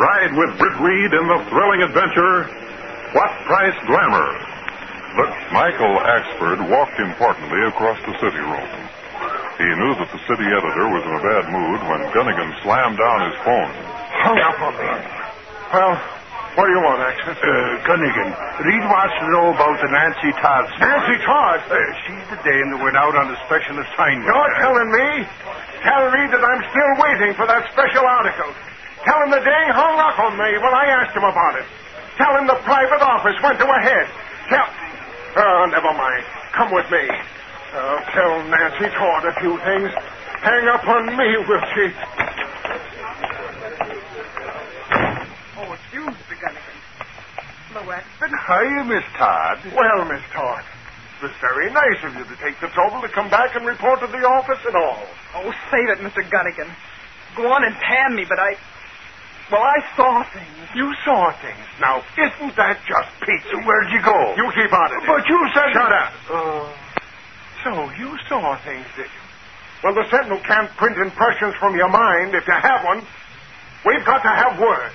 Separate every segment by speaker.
Speaker 1: Ride with Britt Reed in the thrilling adventure, What Price Glamour. But Michael Axford walked importantly across the city room. He knew that the city editor was in a bad mood when Gunnigan slammed down his phone.
Speaker 2: Hung up on me.
Speaker 1: Well, what do you want, Axford?
Speaker 2: Uh, Gunnigan, Reed wants to know about the Nancy Todd story.
Speaker 1: Nancy Todd?
Speaker 2: Uh, she's the dame that went out on a special assignment. Uh,
Speaker 1: You're telling me? Tell Reed that I'm still waiting for that special article. Tell him the dang hung up on me when I asked him about it. Tell him the private office went to a head. Tell. Oh, never mind. Come with me. I'll tell Nancy Todd a few things. Hang up on me, will she?
Speaker 3: Oh, excuse Mr. Gunnigan. Hello, Axford.
Speaker 2: Hiya, Miss Todd.
Speaker 1: Well, Miss Todd, it was very nice of you to take the trouble to come back and report to the office and all.
Speaker 3: Oh, save it, Mr. Gunnigan. Go on and pan me, but I. Well, I saw things.
Speaker 1: You saw things. Now, isn't that just pizza?
Speaker 2: Where'd you go?
Speaker 1: You keep out of it.
Speaker 2: But you said.
Speaker 1: Shut up. So you saw things, did you? Well, the Sentinel can't print impressions from your mind if you have one. We've got to have words.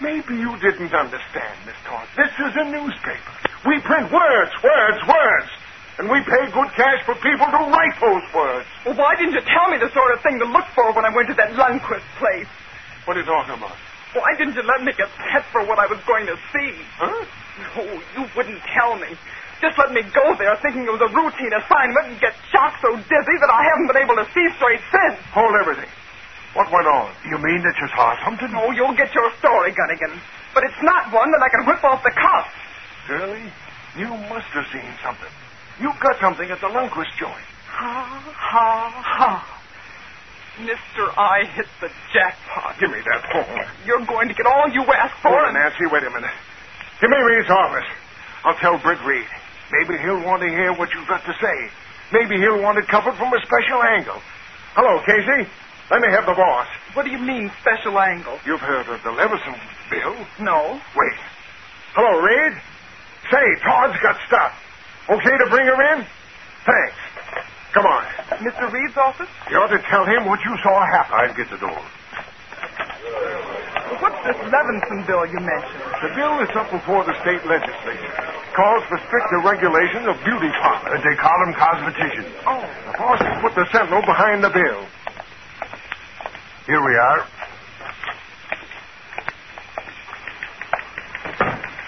Speaker 1: Maybe you didn't understand, Miss Todd. This is a newspaper. We print words, words, words. And we pay good cash for people to write those words.
Speaker 3: Well, why didn't you tell me the sort of thing to look for when I went to that Lundquist place?
Speaker 1: What are you talking about?
Speaker 3: Why didn't you let me get set for what I was going to see?
Speaker 1: Huh?
Speaker 3: No, you wouldn't tell me. Just let me go there thinking it was a routine assignment and get shocked so dizzy that I haven't been able to see straight since.
Speaker 1: Hold everything. What went on?
Speaker 2: You mean that you saw something?
Speaker 3: Oh, you'll get your story, Gunnigan. But it's not one that I can whip off the cuff.
Speaker 1: Shirley, you must have seen something. You got something at the Lundquist joint.
Speaker 3: Ha, ha, ha. Mister, I hit the
Speaker 1: Ah,
Speaker 3: jackpot.
Speaker 1: Give me that phone.
Speaker 3: You're going to get all you ask for.
Speaker 1: Hold it,
Speaker 3: and-
Speaker 1: Nancy. Wait a minute. Give me Reed's office. I'll tell Britt Reed. Maybe he'll want to hear what you've got to say. Maybe he'll want it covered from a special angle. Hello, Casey. Let me have the boss.
Speaker 3: What do you mean, special angle?
Speaker 1: You've heard of the Leveson bill.
Speaker 3: No.
Speaker 1: Wait. Hello, Reed. Say, Todd's got stuff. Okay to bring her in? Thanks. Come on.
Speaker 3: Mr. Reed's office?
Speaker 1: You ought to tell him what you saw happen. I'll get the door.
Speaker 3: What's this Levinson bill you mentioned?
Speaker 1: The bill is up before the state legislature. Calls for stricter regulation of beauty parlors.
Speaker 2: Uh, They call them cosmeticians.
Speaker 1: Oh. The boss has put the sentinel behind the bill.
Speaker 2: Here we are.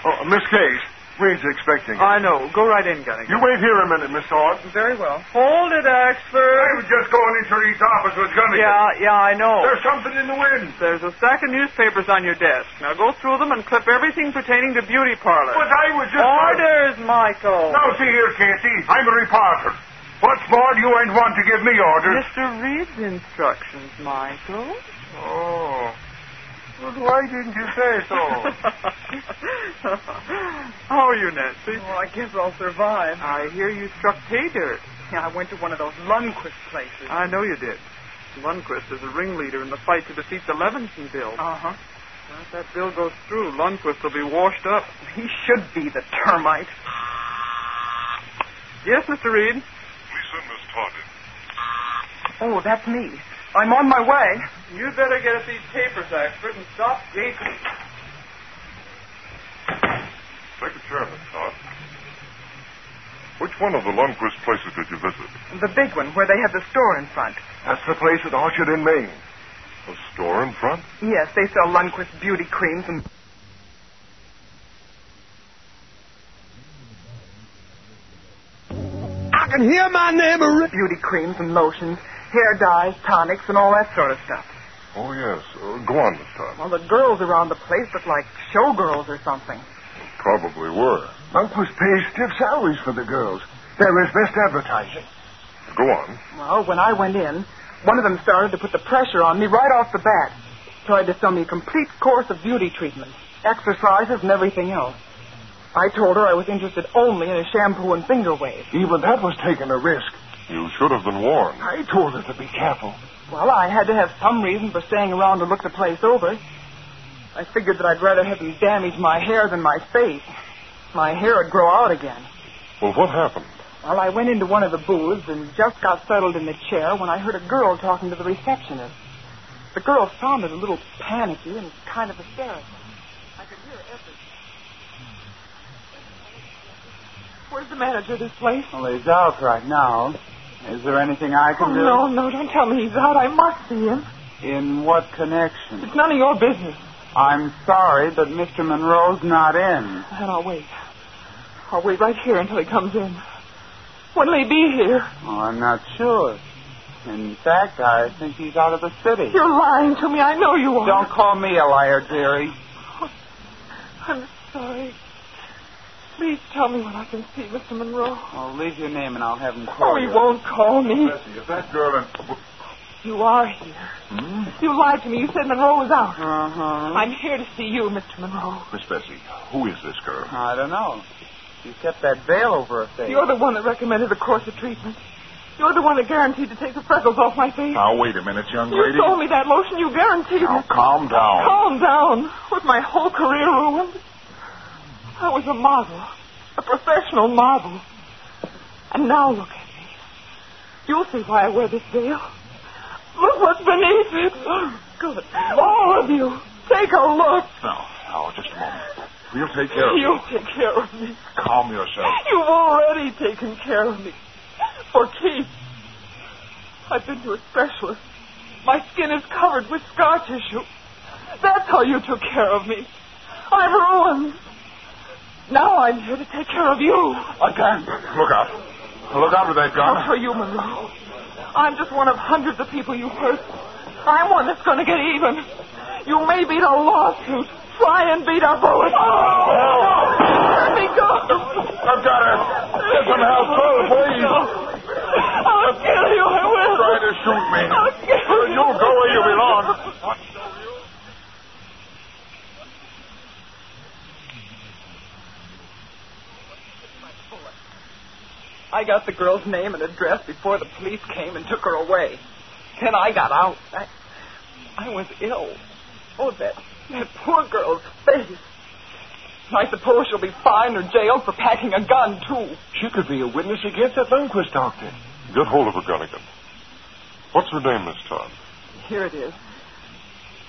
Speaker 1: Oh, Miss Case, Reed's expecting you.
Speaker 4: I know. Go right in, Gunnigan.
Speaker 1: You wait here a minute, Miss Todd.
Speaker 4: Very well. Hold it, Axford.
Speaker 2: was just going into Reed's office with Gunnigan.
Speaker 4: Yeah, yeah, I know.
Speaker 2: something in the wind.
Speaker 4: There's a stack of newspapers on your desk. Now go through them and clip everything pertaining to beauty parlors.
Speaker 2: But I was just.
Speaker 4: Orders, Michael.
Speaker 2: Now, see here, Casey. I'm a reporter. What's more, you ain't one to give me orders.
Speaker 4: Mr. Reed's instructions, Michael.
Speaker 1: Oh. Well, why didn't you say so?
Speaker 4: How are you, Nancy?
Speaker 3: Oh, I guess I'll survive.
Speaker 4: I hear you struck pay dirt.
Speaker 3: Yeah, I Uh-huh. went to one of those Lundquist places.
Speaker 4: I know you did. Lundquist is a ringleader in the fight to defeat the Levinson bill.
Speaker 3: Uh-huh.
Speaker 4: Now, If that bill goes through, Lundquist will be washed up.
Speaker 3: He should be the termite.
Speaker 4: Yes, Mr. Reed.
Speaker 1: Please send Miss Todd in.
Speaker 3: Oh, that's me. I'm on my way.
Speaker 4: You'd better get at these papers, Axford, and stop gaping.
Speaker 1: Take a chair, Miss Todd. Which one of the Lundquist places did you visit?
Speaker 3: The big one where they had the store in front.
Speaker 1: That's the place at Orchard in Maine. A store in front?
Speaker 3: Yes, they sell Lundquist beauty creams and.
Speaker 5: I can hear my name. ar-
Speaker 3: Beauty creams and lotions, hair dyes, tonics, and all that sort of stuff.
Speaker 1: Oh, yes. Uh, go on, Miss Todd.
Speaker 3: Well, the girls around the place look like showgirls or something.
Speaker 1: Probably were.
Speaker 2: Lundquist pays stiff salaries for the girls. They're his best advertising.
Speaker 1: Go on.
Speaker 3: Well, when I went in, one of them started to put the pressure on me right off the bat. Tried to sell me a complete course of beauty treatments, exercises, and everything else. I told her I was interested only in a shampoo and finger wave.
Speaker 2: Even that was taking a risk.
Speaker 1: You should have been warned.
Speaker 2: I told her to be careful.
Speaker 3: Well, I had to have some reason for staying around to look the place over. I figured that I'd rather have them damage my hair than my face. My hair would grow out again.
Speaker 1: Well, what happened?
Speaker 3: Well, I went into one of the booths and just got settled in the chair when I heard a girl talking to the receptionist. The girl sounded a little panicky and kind of hysterical. I could hear everything. Where's the manager of this place?
Speaker 6: Well, he's out right now. Is there anything I can
Speaker 3: Oh,
Speaker 6: do?
Speaker 3: no, no, don't tell me he's out. I must see him.
Speaker 6: In what connection?
Speaker 3: It's none of your business.
Speaker 6: I'm sorry, but Mr. Monroe's not in.
Speaker 3: And I'll wait. I'll wait right here until he comes in. When'll he be here?
Speaker 6: Well, I'm not sure. In fact, I think he's out of the city.
Speaker 3: You're lying to me. I know you are.
Speaker 6: Don't call me a liar, dearie.
Speaker 3: I'm sorry. Please tell me when I can see Mr. Monroe.
Speaker 1: Oh,
Speaker 6: Well, leave your name and I'll have him call
Speaker 3: Oh, he
Speaker 6: you.
Speaker 3: won't call me.
Speaker 1: Bessie, if that girl Hmm? and
Speaker 3: You are here. You lied to me. You said Monroe was out.
Speaker 1: Hmm?
Speaker 6: Uh-huh.
Speaker 3: I'm here to see you, Mr. Monroe.
Speaker 1: Miss Bessie, who is this girl?
Speaker 6: I don't know. She kept that veil over her face.
Speaker 3: You're the one that recommended the course of treatment. You're the one that guaranteed to take the freckles off my face.
Speaker 1: Now wait a minute, young
Speaker 3: you
Speaker 1: lady.
Speaker 3: told me that lotion. You guaranteed it.
Speaker 1: Now calm down.
Speaker 3: Calm down. Was my whole career ruined? I was a model, a professional model. And now look at me. You'll see why I wear this veil. Look what's beneath it. Good. All of you, take a look.
Speaker 1: Now, now, just a moment. We'll take care of
Speaker 3: You'll take care of me.
Speaker 1: Calm yourself.
Speaker 3: You've already taken care of me. For Keith, I've been to a specialist. My skin is covered with scar tissue. That's how you took care of me. I'm ruined. Now I'm here to take care of you.
Speaker 1: I can't. Look out. Look out with that
Speaker 3: Not
Speaker 1: gun.
Speaker 3: for you, Monroe. I'm just one of hundreds of people you hurt. I'm one that's going to get even. You may beat a lawsuit. Try and beat a bullet.
Speaker 1: Oh!
Speaker 3: Let me go.
Speaker 1: I've got her. Get some help, Phil, please.
Speaker 3: I'll kill you. I will.
Speaker 1: Try to shoot me.
Speaker 3: I'll kill you.
Speaker 1: You go where you belong.
Speaker 3: I got the girl's name and address before the police came and took her away. Then I got out. I, I was ill. Oh, that, that poor girl's face. I suppose she'll be fined or jailed for packing a gun, too.
Speaker 1: She could be a witness against that Lundquist doctor. Get hold of her, Gunnigan. What's her name this time?
Speaker 3: Here it is.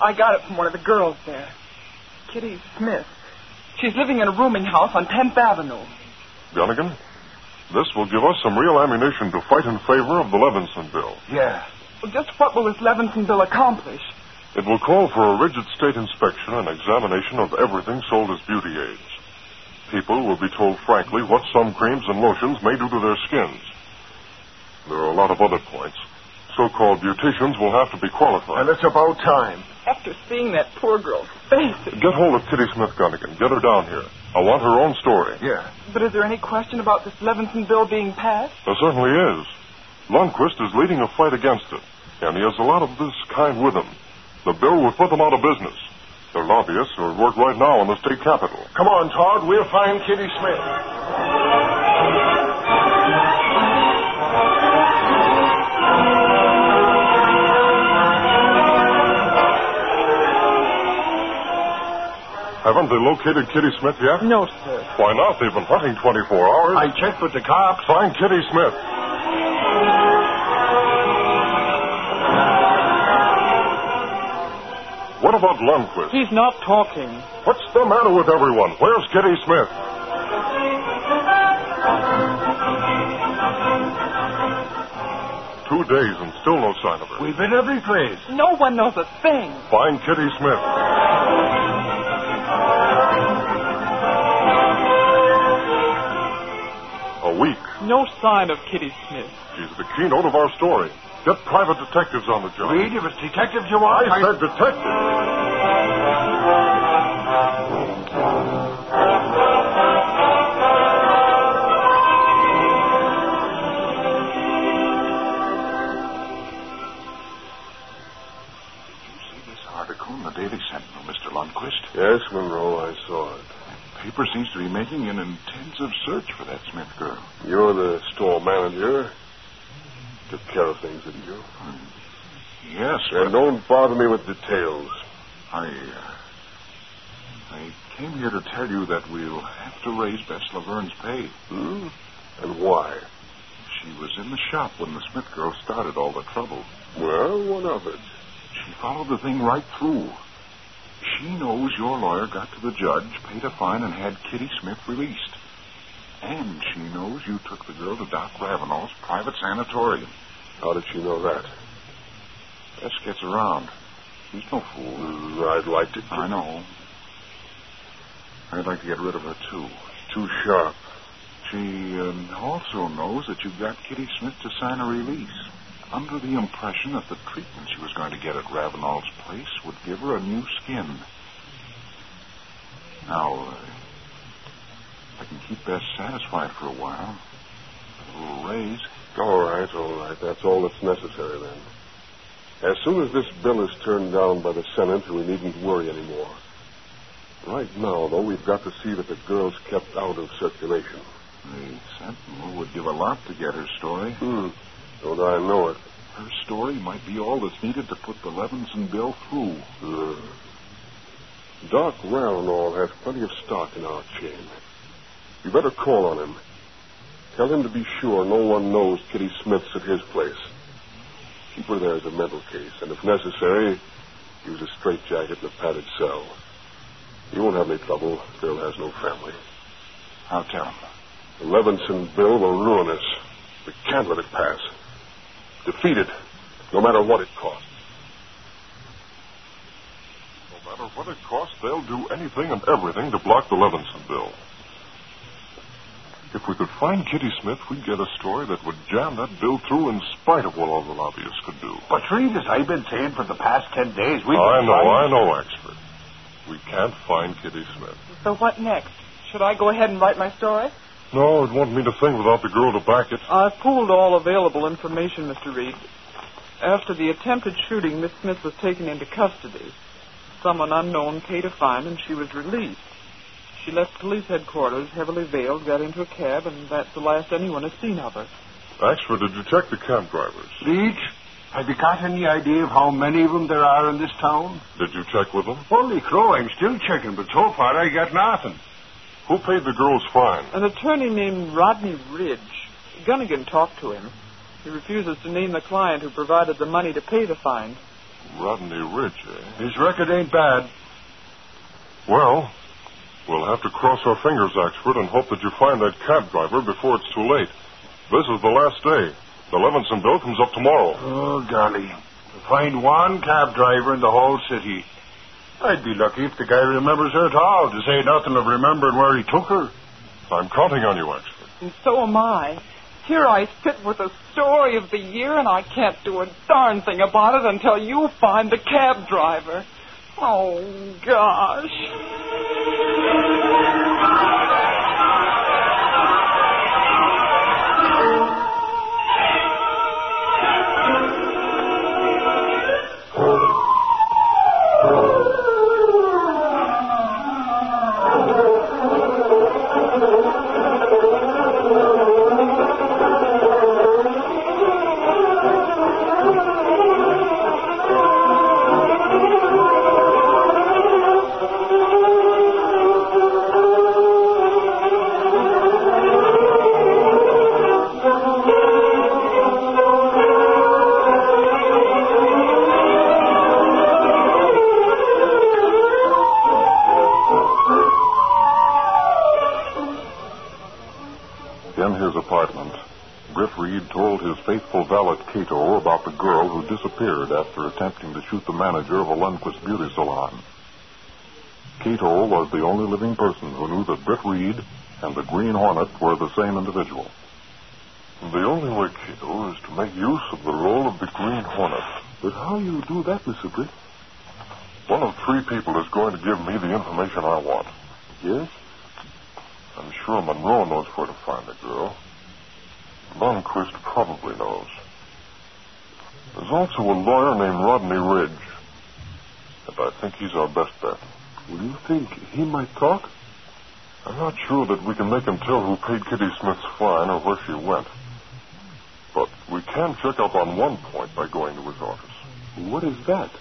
Speaker 3: I got it from one of the girls there. Kitty Smith. She's living in a rooming house on 10th Avenue.
Speaker 7: Gunnigan, this will give us some real ammunition to fight in favor of the Levinson bill.
Speaker 1: Yeah.
Speaker 3: Well, just what will this Levinson bill accomplish?
Speaker 7: It will call for a rigid state inspection and examination of everything sold as beauty aids. People will be told frankly what some creams and lotions may do to their skins. There are a lot of other points. So-called beauticians will have to be qualified.
Speaker 1: And it's about time.
Speaker 3: After seeing that poor girl's face.
Speaker 7: Get hold of Kitty Smith Gunnigan. Get her down here. I want her own story.
Speaker 1: Yeah.
Speaker 3: But is there any question about this Levinson bill being passed?
Speaker 7: There certainly is. Lundquist is leading a fight against it, and he has a lot of this kind with him. The bill will put them out of business. Their lobbyists are at work right now in the state capitol.
Speaker 1: Come on, Todd. We'll find Kitty Smith.
Speaker 7: Haven't they located Kitty Smith yet?
Speaker 3: No, sir.
Speaker 7: Why not? They've been hunting 24 hours.
Speaker 1: I checked with the cops.
Speaker 7: Find Kitty Smith. What about Lundquist?
Speaker 3: He's not talking.
Speaker 7: What's the matter with everyone? Where's Kitty Smith? Two days and still no sign of her.
Speaker 1: We've been every place.
Speaker 3: No one knows a thing.
Speaker 7: Find Kitty Smith. A week.
Speaker 3: No sign of Kitty Smith.
Speaker 7: She's the keynote of our story. Get private detectives on the job.
Speaker 1: Reed, if it's detectives you want,
Speaker 7: I said detective.
Speaker 1: Did you see this article in the Daily Sentinel, Mr. Lundquist?
Speaker 7: Yes, Monroe, I saw it.
Speaker 1: Paper seems to be making an intensive search for that Smith girl.
Speaker 7: You're the store manager. Took care of things, didn't you?
Speaker 1: Hmm. Yes,
Speaker 7: And don't bother me with details.
Speaker 1: I, uh, I came here to tell you that we'll have to raise Bess Laverne's pay.
Speaker 7: Hmm? And why?
Speaker 1: She was in the shop when the Smith girl started all the trouble.
Speaker 7: Well, what of it?
Speaker 1: She
Speaker 2: followed the thing right through. She knows your lawyer got to the judge, paid a fine, and had Kitty Smith released. And she knows you took the girl to Doc Ravenel's private sanatorium.
Speaker 7: How did she know that?
Speaker 2: Bess gets around. She's no fool.
Speaker 7: Mm, I'd like to.
Speaker 2: I know. I'd like to get rid of her, too.
Speaker 7: Too sharp.
Speaker 2: She um, also knows that you got Kitty Smith to sign a release under the impression that the treatment she was going to get at Ravenel's place would give her a new skin. Now, uh, I can keep Bess satisfied for a while. A little raise.
Speaker 7: All right, all right. That's all that's necessary then. As soon as this bill is turned down by the Senate, we needn't worry anymore. Right now, though, we've got to see that the girl's kept out of circulation.
Speaker 2: The Sentinel would give a lot to get her story.
Speaker 7: Hmm. Don't I know it?
Speaker 2: Her story might be all that's needed to put the Levinson bill through.
Speaker 7: Hmm. Doc Ravenall has plenty of stock in our chain. You better call on him. Tell him to be sure no one knows Kitty Smith's at his place. Keep her there as a mental case, and if necessary, use a straitjacket and a padded cell. You won't have any trouble. Bill has no family.
Speaker 2: I'll tell him.
Speaker 7: The Levinson bill will ruin us. We can't let it pass. Defeat it, no matter what it costs.
Speaker 2: No
Speaker 7: matter what it costs, they'll do anything and everything to block the Levinson bill. If we could find Kitty Smith, we'd get a story that would jam that bill through in spite of what all the lobbyists could do.
Speaker 8: Patrice, I've been saying for the past ten days we've
Speaker 7: Oh, I
Speaker 8: been
Speaker 7: know,
Speaker 8: trying-
Speaker 7: I know, expert. We can't find Kitty Smith.
Speaker 3: So what next? Should I go ahead and write my story?
Speaker 7: No, it won't mean a thing without the girl to back it.
Speaker 4: I've pooled all available information, Mr. Reed. After the attempted shooting, Miss Smith was taken into custody. Someone unknown paid a fine, and she was released. She left police headquarters, heavily veiled, got into a cab, and that's the last anyone has seen of her.
Speaker 7: Axford, did you check the cab drivers?
Speaker 8: Leach, have you got any idea of how many of them there are in this town?
Speaker 7: Did you check with them?
Speaker 8: Holy crow, I'm still checking, but so far I got nothing.
Speaker 7: Who paid the girl's fine?
Speaker 4: An attorney named Rodney Ridge. Gunnigan talked to him. He refuses to name the client who provided the money to pay the fine.
Speaker 7: Rodney Ridge, eh?
Speaker 8: His record ain't bad.
Speaker 7: Well, we'll have to cross our fingers, Axford, and hope that you find that cab driver before it's too late. This is the last day. The Levinson bill comes up tomorrow.
Speaker 8: Oh, golly. To find one cab driver in the whole city. I'd be lucky if the guy remembers her at all, to say nothing of remembering where he took her.
Speaker 7: I'm counting on you, Axford.
Speaker 3: And so am I. Here I sit with a story of the year, and I can't do a darn thing about it until you find the cab driver. Oh, gosh.
Speaker 7: In his apartment, Griff Reed told his faithful valet Cato about the girl who disappeared after attempting to shoot the manager of a Lundquist beauty salon. Cato was the only living person who knew that Griff Reed and the Green Hornet were the same individual. The only way, Cato, is to make use of the role of the Green Hornet. But how you do that, Mr. Griff? One of three people is going to give me the information I want. Yes? I'm sure Monroe knows where to find the girl. Lundquist probably knows. There's also a lawyer named Rodney Ridge. And I think he's our best bet. Do you think he might talk? I'm not sure that we can make him tell who paid Kitty Smith's fine or where she went. But we can check up on one point by going to his office. What is that?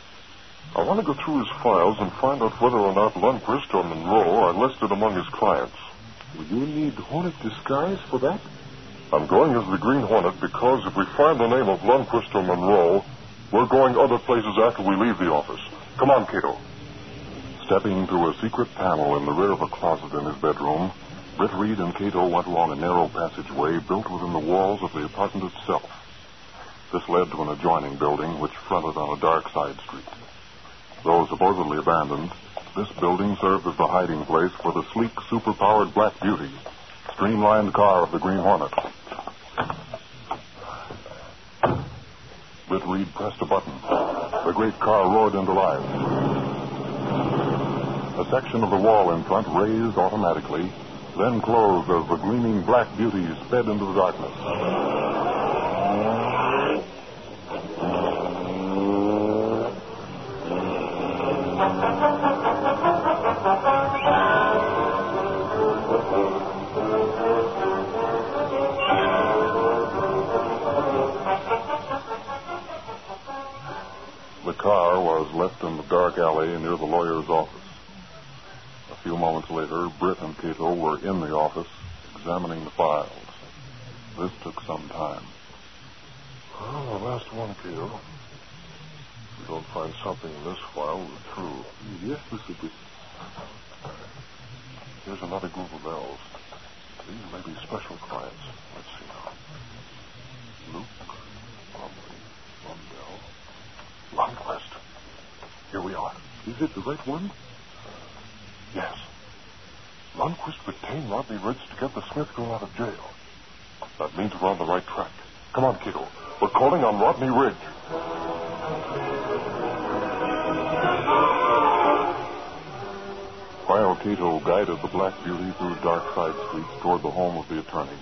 Speaker 7: I want to go through his files and find out whether or not Lundquist or Monroe are listed among his clients. Will you need Hornet disguise for that? I'm going as the Green Hornet because if we find the name of Lundquist or Monroe, We're going other places after we leave the office. Come on, Cato. Stepping through a secret panel in the rear of a closet in his bedroom, Britt Reed and Cato went along a narrow passageway built within the walls of the apartment itself. This led to an adjoining building which fronted on a dark side street. Though supposedly abandoned, this building served as the hiding place for the sleek, superpowered Black Beauty, streamlined car of the Green Hornet. Britt Reed pressed a button. The great car roared into life. A section of the wall in front raised automatically, then closed as the gleaming Black Beauty sped into the darkness. car was left in the dark alley near the lawyer's office. A few moments later, Britt and Cato were in the office examining the files. This took some time.
Speaker 8: Well, the last one, Cato. If we don't find something in this file, we're through.
Speaker 7: Yes, Mr. Britt.
Speaker 8: Here's another group of L's. These may be special clients. Let's see now. Luke, Lumley, Lumdell. Lundquist. Here we are.
Speaker 7: Is it the right one?
Speaker 8: Yes. Lundquist retained Rodney Ridge to get the Smith girl out of jail. That means we're on the right track. Come on, kiddo. We're calling on Rodney Ridge.
Speaker 7: While Cato guided the Black Beauty through dark side streets toward the home of the attorney,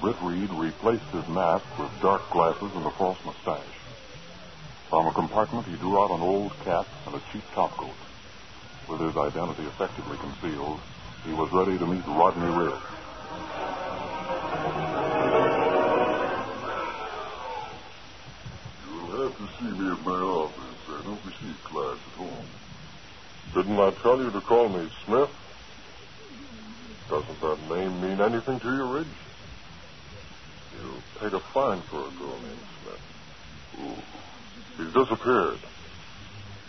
Speaker 7: Britt Reed replaced his mask with dark glasses and a false mustache. From a compartment, he drew out an old cap and a cheap topcoat. With his identity effectively concealed, he was ready to meet Rodney Ridge.
Speaker 2: You'll have to see me at my office. I don't receive clients at home.
Speaker 7: Didn't I tell you to call me Smith? Doesn't that name mean anything to you, Ridge? You paid a fine for a girl named Smith. Ooh. He's disappeared.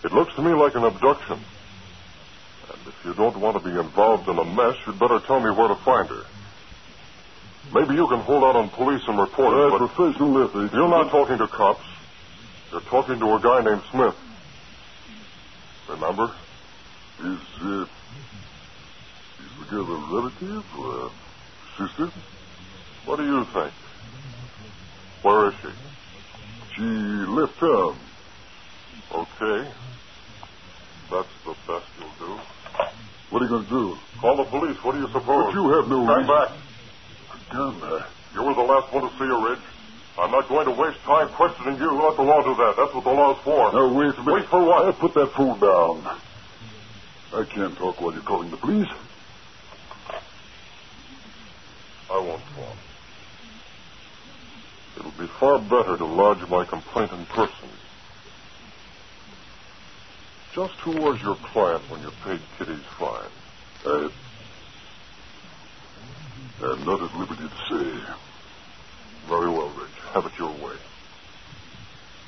Speaker 7: It looks to me like an abduction. And if you don't want to be involved in a mess, you'd better tell me where to find her. Maybe you can hold out on police and report it,
Speaker 2: That's
Speaker 7: but
Speaker 2: professional ethics.
Speaker 7: you're not talking to cops. You're talking to a guy named Smith. Remember?
Speaker 2: Is, uh, is the girl a relative or a sister?
Speaker 7: What do you think? Where is she?
Speaker 2: She left town.
Speaker 7: Okay. That's the best you'll do.
Speaker 2: What are you going to do?
Speaker 7: Call the police. What do you
Speaker 2: But
Speaker 7: suppose?
Speaker 2: you have no reason.
Speaker 7: Stand back.
Speaker 2: Down there.
Speaker 7: uh, You were the last one to see her, Ridge. I'm not going to waste time questioning you. Let the law do that. That's what the law's for.
Speaker 2: Now, wait a minute.
Speaker 7: Wait for what?
Speaker 2: Uh, put that phone down. I can't talk while you're calling the police.
Speaker 7: I won't talk. It'll be far better to lodge my complaint in person. Just who was your client when you paid Kitty's fine?
Speaker 2: I, I'm not at liberty to say.
Speaker 7: Very well, Ridge. Have it your way.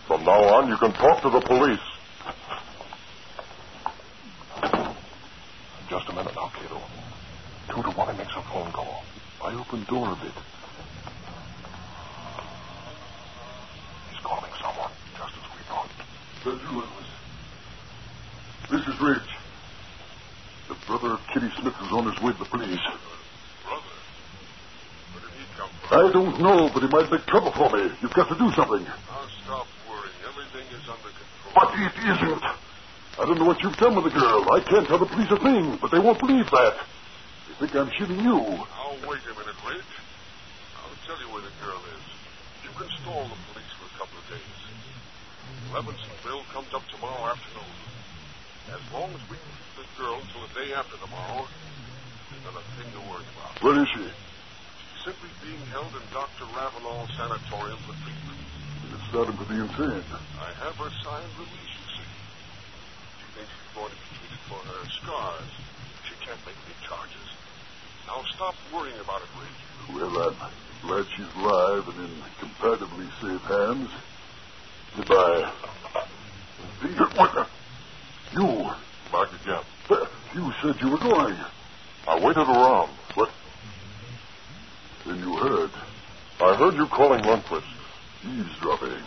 Speaker 7: From now on, you can talk to the police.
Speaker 8: Just a minute now, Cato. Two to one, he makes a phone call. I open door a bit. He's calling someone, just as we thought.
Speaker 2: Judge Lewis. This is Ridge. The brother of Kitty Smith is on his way to the police.
Speaker 7: Where did he come
Speaker 2: I don't know, but he might make trouble for me. You've got to do something.
Speaker 7: Now stop worrying. Everything is under control.
Speaker 2: But it isn't. I don't know what you've done with the girl. I can't tell the police a thing, but they won't believe that. They think I'm shooting you.
Speaker 7: Now, wait a minute, Ridge. I'll tell you where the girl is. You can stall the police for a couple of days. Levinsonville comes up tomorrow afternoon. As long as we keep the girl till the day after tomorrow, there's not a thing to worry about.
Speaker 2: Where is she?
Speaker 7: She's simply being held in Dr. Ravenal's sanatorium for treatment.
Speaker 2: It's starting to be insane.
Speaker 7: I have her signed release, you see. She thinks she's going to be treated for her scars. She can't make any charges. Now stop worrying about it, Ridge.
Speaker 2: Well, I'm glad she's alive and in comparatively safe hands.
Speaker 9: Goodbye. Peter, what the? You.
Speaker 7: Back again.
Speaker 9: but You said you were going.
Speaker 7: I waited around.
Speaker 9: What? Then you heard.
Speaker 7: I heard you calling Lundquist.
Speaker 9: Eavesdropping.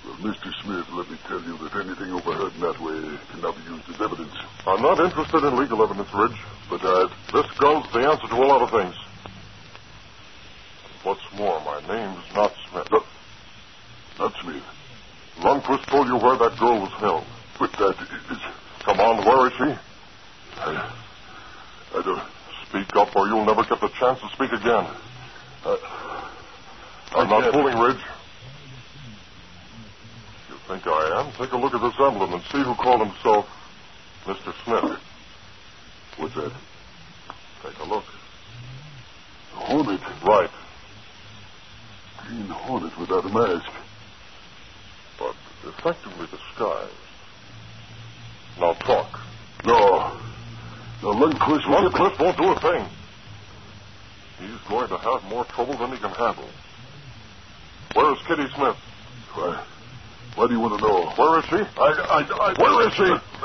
Speaker 9: Well, Mr. Smith, let me tell you that anything overheard in that way cannot be used as evidence.
Speaker 7: I'm not interested in legal evidence, Ridge, but uh, this girl's the answer to a lot of things. What's more, my name's not Smith.
Speaker 9: Look. Not Smith.
Speaker 7: Lundquist told you where that girl was held.
Speaker 9: But that is.
Speaker 7: Come on, where is she?
Speaker 9: I, I don't.
Speaker 7: Speak up, or you'll never get the chance to speak again.
Speaker 9: I,
Speaker 7: I'm
Speaker 9: I
Speaker 7: not
Speaker 9: can't.
Speaker 7: fooling, Ridge. You think I am? Take a look at this emblem and see who called himself Mr. Smith.
Speaker 9: What's that?
Speaker 7: Take a look.
Speaker 9: A hornet.
Speaker 7: Right.
Speaker 9: Green hornet without a mask.
Speaker 7: but effectively disguised. Now talk.
Speaker 9: No. No, Lundquist.
Speaker 7: Lundquist won't do a thing. He's going to have more trouble than he can handle. Where is Kitty Smith?
Speaker 9: Why, why do you want to know?
Speaker 7: Where is she?
Speaker 9: I, I, I. Where is she?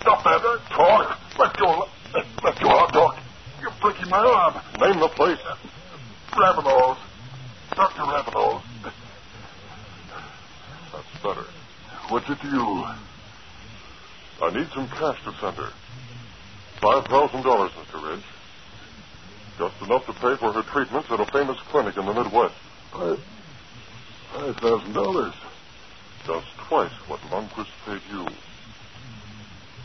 Speaker 9: Stop that talk. Let go. Let, let go. I'll talk. You're breaking my arm.
Speaker 7: Name the place.
Speaker 9: Ravenel's. Dr. Ravenel's.
Speaker 7: That's better.
Speaker 9: What's it to you?
Speaker 7: I need some cash to send her. Five thousand dollars, Mr. Ridge. Just enough to pay for her treatments at a famous clinic in the Midwest.
Speaker 9: Five, five thousand dollars.
Speaker 7: Just twice what Lundquist paid you.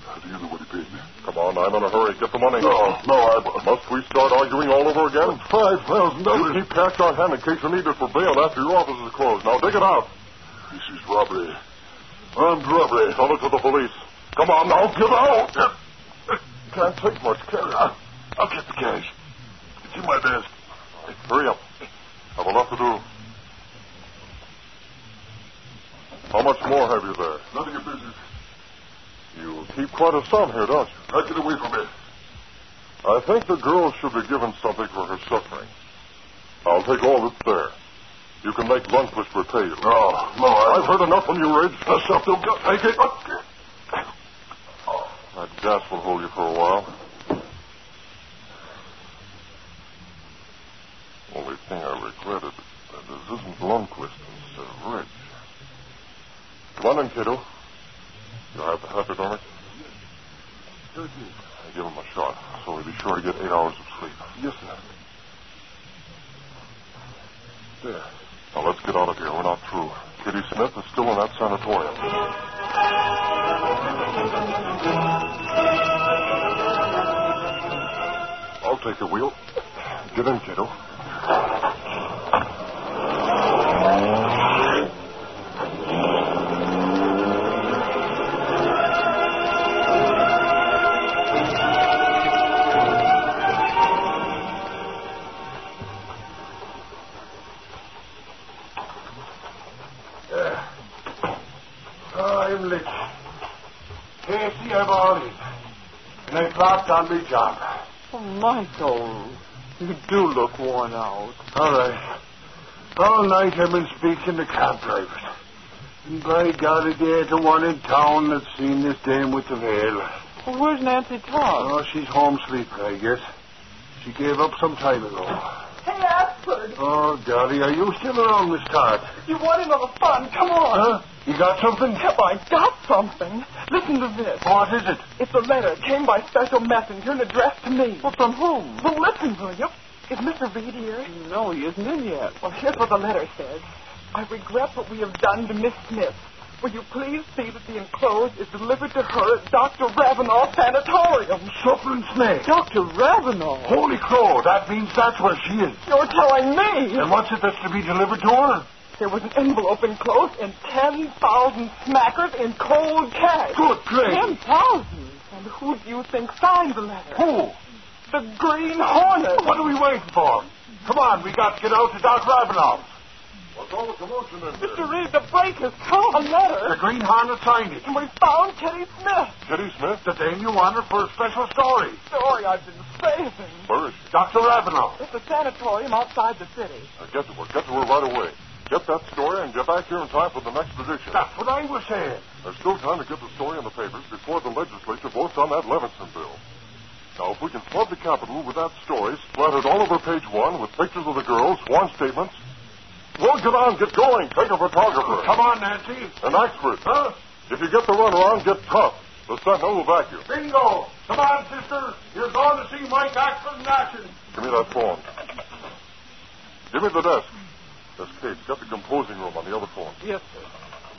Speaker 9: How do you know what he paid me?
Speaker 7: Come on, I'm in a hurry. Get the money.
Speaker 9: No, no, I.
Speaker 7: Must we start arguing all over again?
Speaker 9: Five thousand
Speaker 7: You
Speaker 9: dollars.
Speaker 7: keep cash on hand in case you need it for bail after your office is closed. Now dig it out.
Speaker 9: This is robbery. Armed robbery.
Speaker 7: Tell it to the police. Come on now, give out. Can't take much cash.
Speaker 9: I'll get the cash. It's in my desk.
Speaker 7: Hurry up. I've a lot to do. How much more have you there?
Speaker 9: None of your business.
Speaker 7: You keep quite a sum here, don't you?
Speaker 9: Now get away from me.
Speaker 7: I think the girl should be given something for her suffering. I'll take all that's there. You can make Lundquist repay you.
Speaker 9: No, no, I...
Speaker 7: I've heard enough from you, Ridge.
Speaker 9: Now stop, don't go. Take it.
Speaker 7: That gas will hold you for a while. Only thing I regretted that this isn't Lundquist instead of Ridge. Come on in, kiddo. You have the habit on it? I give him a shot, so he'll be sure to get eight hours of sleep.
Speaker 9: Yes, sir. There.
Speaker 7: Now let's get out of here. We're not through. Kitty Smith is still in that sanatorium. I'll take the wheel. Get in, kiddo.
Speaker 1: Ah, I'm licked. Casey, I'm all in. And I dropped on me job.
Speaker 3: Oh, Michael, you do look worn out.
Speaker 1: All right. All night I've been speaking to cab drivers. And by golly, there's the one in town that's seen this dame with the veil.
Speaker 3: Well, where's Nancy Todd?
Speaker 1: Oh, she's home sleeping, I guess. She gave up some time ago.
Speaker 10: Hey, Ashford,
Speaker 1: Oh, golly, are you still around, Miss Todd?
Speaker 3: You want another fun? Come on.
Speaker 1: Huh? You got something?
Speaker 3: Have I got something? Listen to this.
Speaker 1: What is it?
Speaker 3: It's a letter. It came by special messenger and addressed to me. Well, from whom? Well, listen, will you? Is Mr. Reed here? No, he isn't in yet. Well, here's what the letter says. I regret what we have done to Miss Smith. Will you please see that the enclosed is delivered to her at Dr. Ravenel's sanatorium?
Speaker 1: Suffering snake.
Speaker 3: Dr. Ravenel?
Speaker 1: Holy crow, that means that's where she is.
Speaker 3: You're telling me?
Speaker 1: And what's it that's to be delivered to her?
Speaker 3: There was an envelope enclosed and 10,000 smackers in cold cash.
Speaker 1: Good gracious.
Speaker 3: 10,000? And who do you think signed the letter?
Speaker 1: Who?
Speaker 3: The Green Hornet.
Speaker 1: What are we waiting for? Come on, we got to get out to Doc Ravenel.
Speaker 7: What's all the commotion in here?
Speaker 3: Mr. Reed, the break has come. A
Speaker 1: The
Speaker 3: letter.
Speaker 1: Green Hornet signed it.
Speaker 3: And we found Kitty Smith.
Speaker 7: Kitty Smith?
Speaker 1: The dame you wanted for a special story.
Speaker 3: Story I've been saving.
Speaker 7: Where is she?
Speaker 1: Dr. Ravenel.
Speaker 3: It's a sanatorium outside the city.
Speaker 7: Now, get to her. Get to her right away. Get that story and get back here in time for the next edition.
Speaker 1: That's what I was saying.
Speaker 7: There's still time to get the story in the papers before the legislature votes on that Levinson bill. Now, if we can flood the Capitol with that story, splattered all over page one with pictures of the girls, sworn statements, we'll get on, get going, take a photographer.
Speaker 1: Come on, Nancy.
Speaker 7: An expert.
Speaker 1: Huh?
Speaker 7: If you get the runaround, get tough. The Sentinel will back you.
Speaker 1: Bingo. Come on, sister. You're going to see Mike Axford in action.
Speaker 7: Give me that phone. Give me the desk. This Kate, get the composing room on the other phone.
Speaker 3: Yes, sir.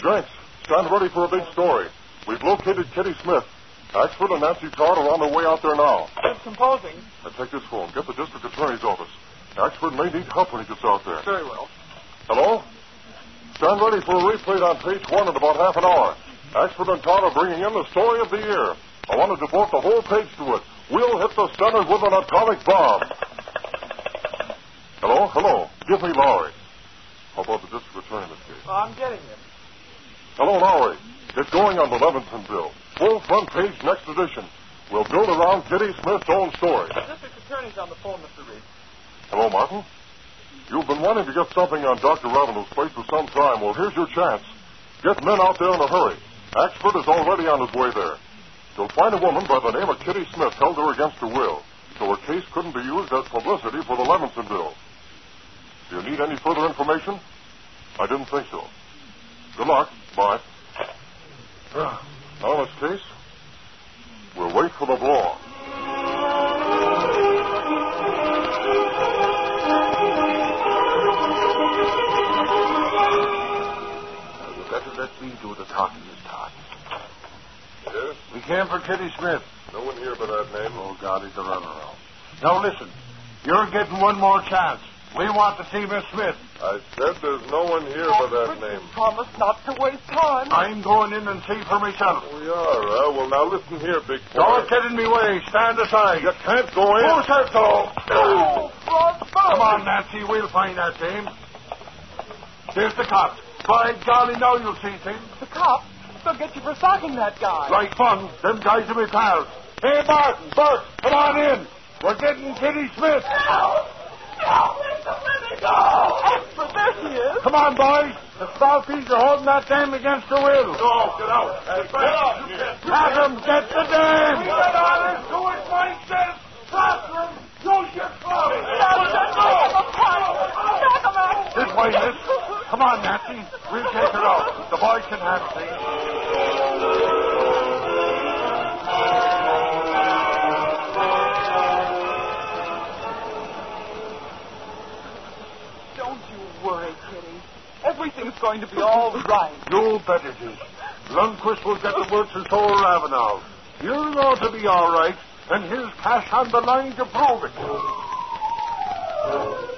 Speaker 7: Jenks, stand ready for a big story. We've located Kitty Smith. Axford and Nancy Todd are on their way out there now.
Speaker 3: It's composing.
Speaker 7: Now take this phone. Get the district attorney's office. Axford may need help when he gets out there.
Speaker 3: Very well.
Speaker 7: Hello? Stand ready for a replay on page one in about half an hour. Axford and Todd are bringing in the story of the year. I want to devote the whole page to it. We'll hit the center with an atomic bomb. Hello? Hello? Give me Lowry. How about the district attorney, Miss Gates?
Speaker 3: I'm getting him.
Speaker 7: Hello, Lowry. It's going on the Levinson bill. Full front page next edition. We'll build around Kitty Smith's own story.
Speaker 3: The district attorney's on the phone, Mr. Reed.
Speaker 7: Hello, Martin. You've been wanting to get something on Dr. Ravenel's place for some time. Well, here's your chance. Get men out there in a hurry. Axford is already on his way there. You'll find a woman by the name of Kitty Smith held her against her will, so her case couldn't be used as publicity for the Levinson bill. Do you need any further information? I didn't think so. Good luck. Bye. Now, Miss Case, we'll wait for the blow.
Speaker 1: Now, you better let me do the talking this time.
Speaker 7: Yes?
Speaker 1: We came for Kitty Smith.
Speaker 7: No one here by that name.
Speaker 1: Oh, God, he's a runaround. Now, listen. You're getting one more chance. We want to see Miss Smith.
Speaker 7: I said there's no one here by that name.
Speaker 3: Promise not to waste time.
Speaker 1: I'm going in and see for myself.
Speaker 7: We are, huh? Well, now listen here, big boy.
Speaker 1: Don't get in my way. Stand aside.
Speaker 7: You can't go in.
Speaker 1: Who said so?
Speaker 3: Oh, Bronco!
Speaker 1: Come on, Nancy. We'll find that name. Here's the cops. By golly, now you'll see things.
Speaker 3: The cops. They'll get you for sacking that guy.
Speaker 1: Like fun. Them guys are my pals. Hey, Martin, Bert, come on in. We're getting Kitty Smith.
Speaker 3: But there she is.
Speaker 1: Come on, boys. The Spouties are holding that dame against her will.
Speaker 7: Go, get out. get out.
Speaker 1: Have them get the dame. This way, miss. Come on, Nancy. We'll take her out. The boys can handle things.
Speaker 3: Don't you worry, Kitty. Everything's going to be all right.
Speaker 1: You bet it is. Lundquist will get the words and so will Ravenel. You're going to be all right, and here's cash on the line to prove it.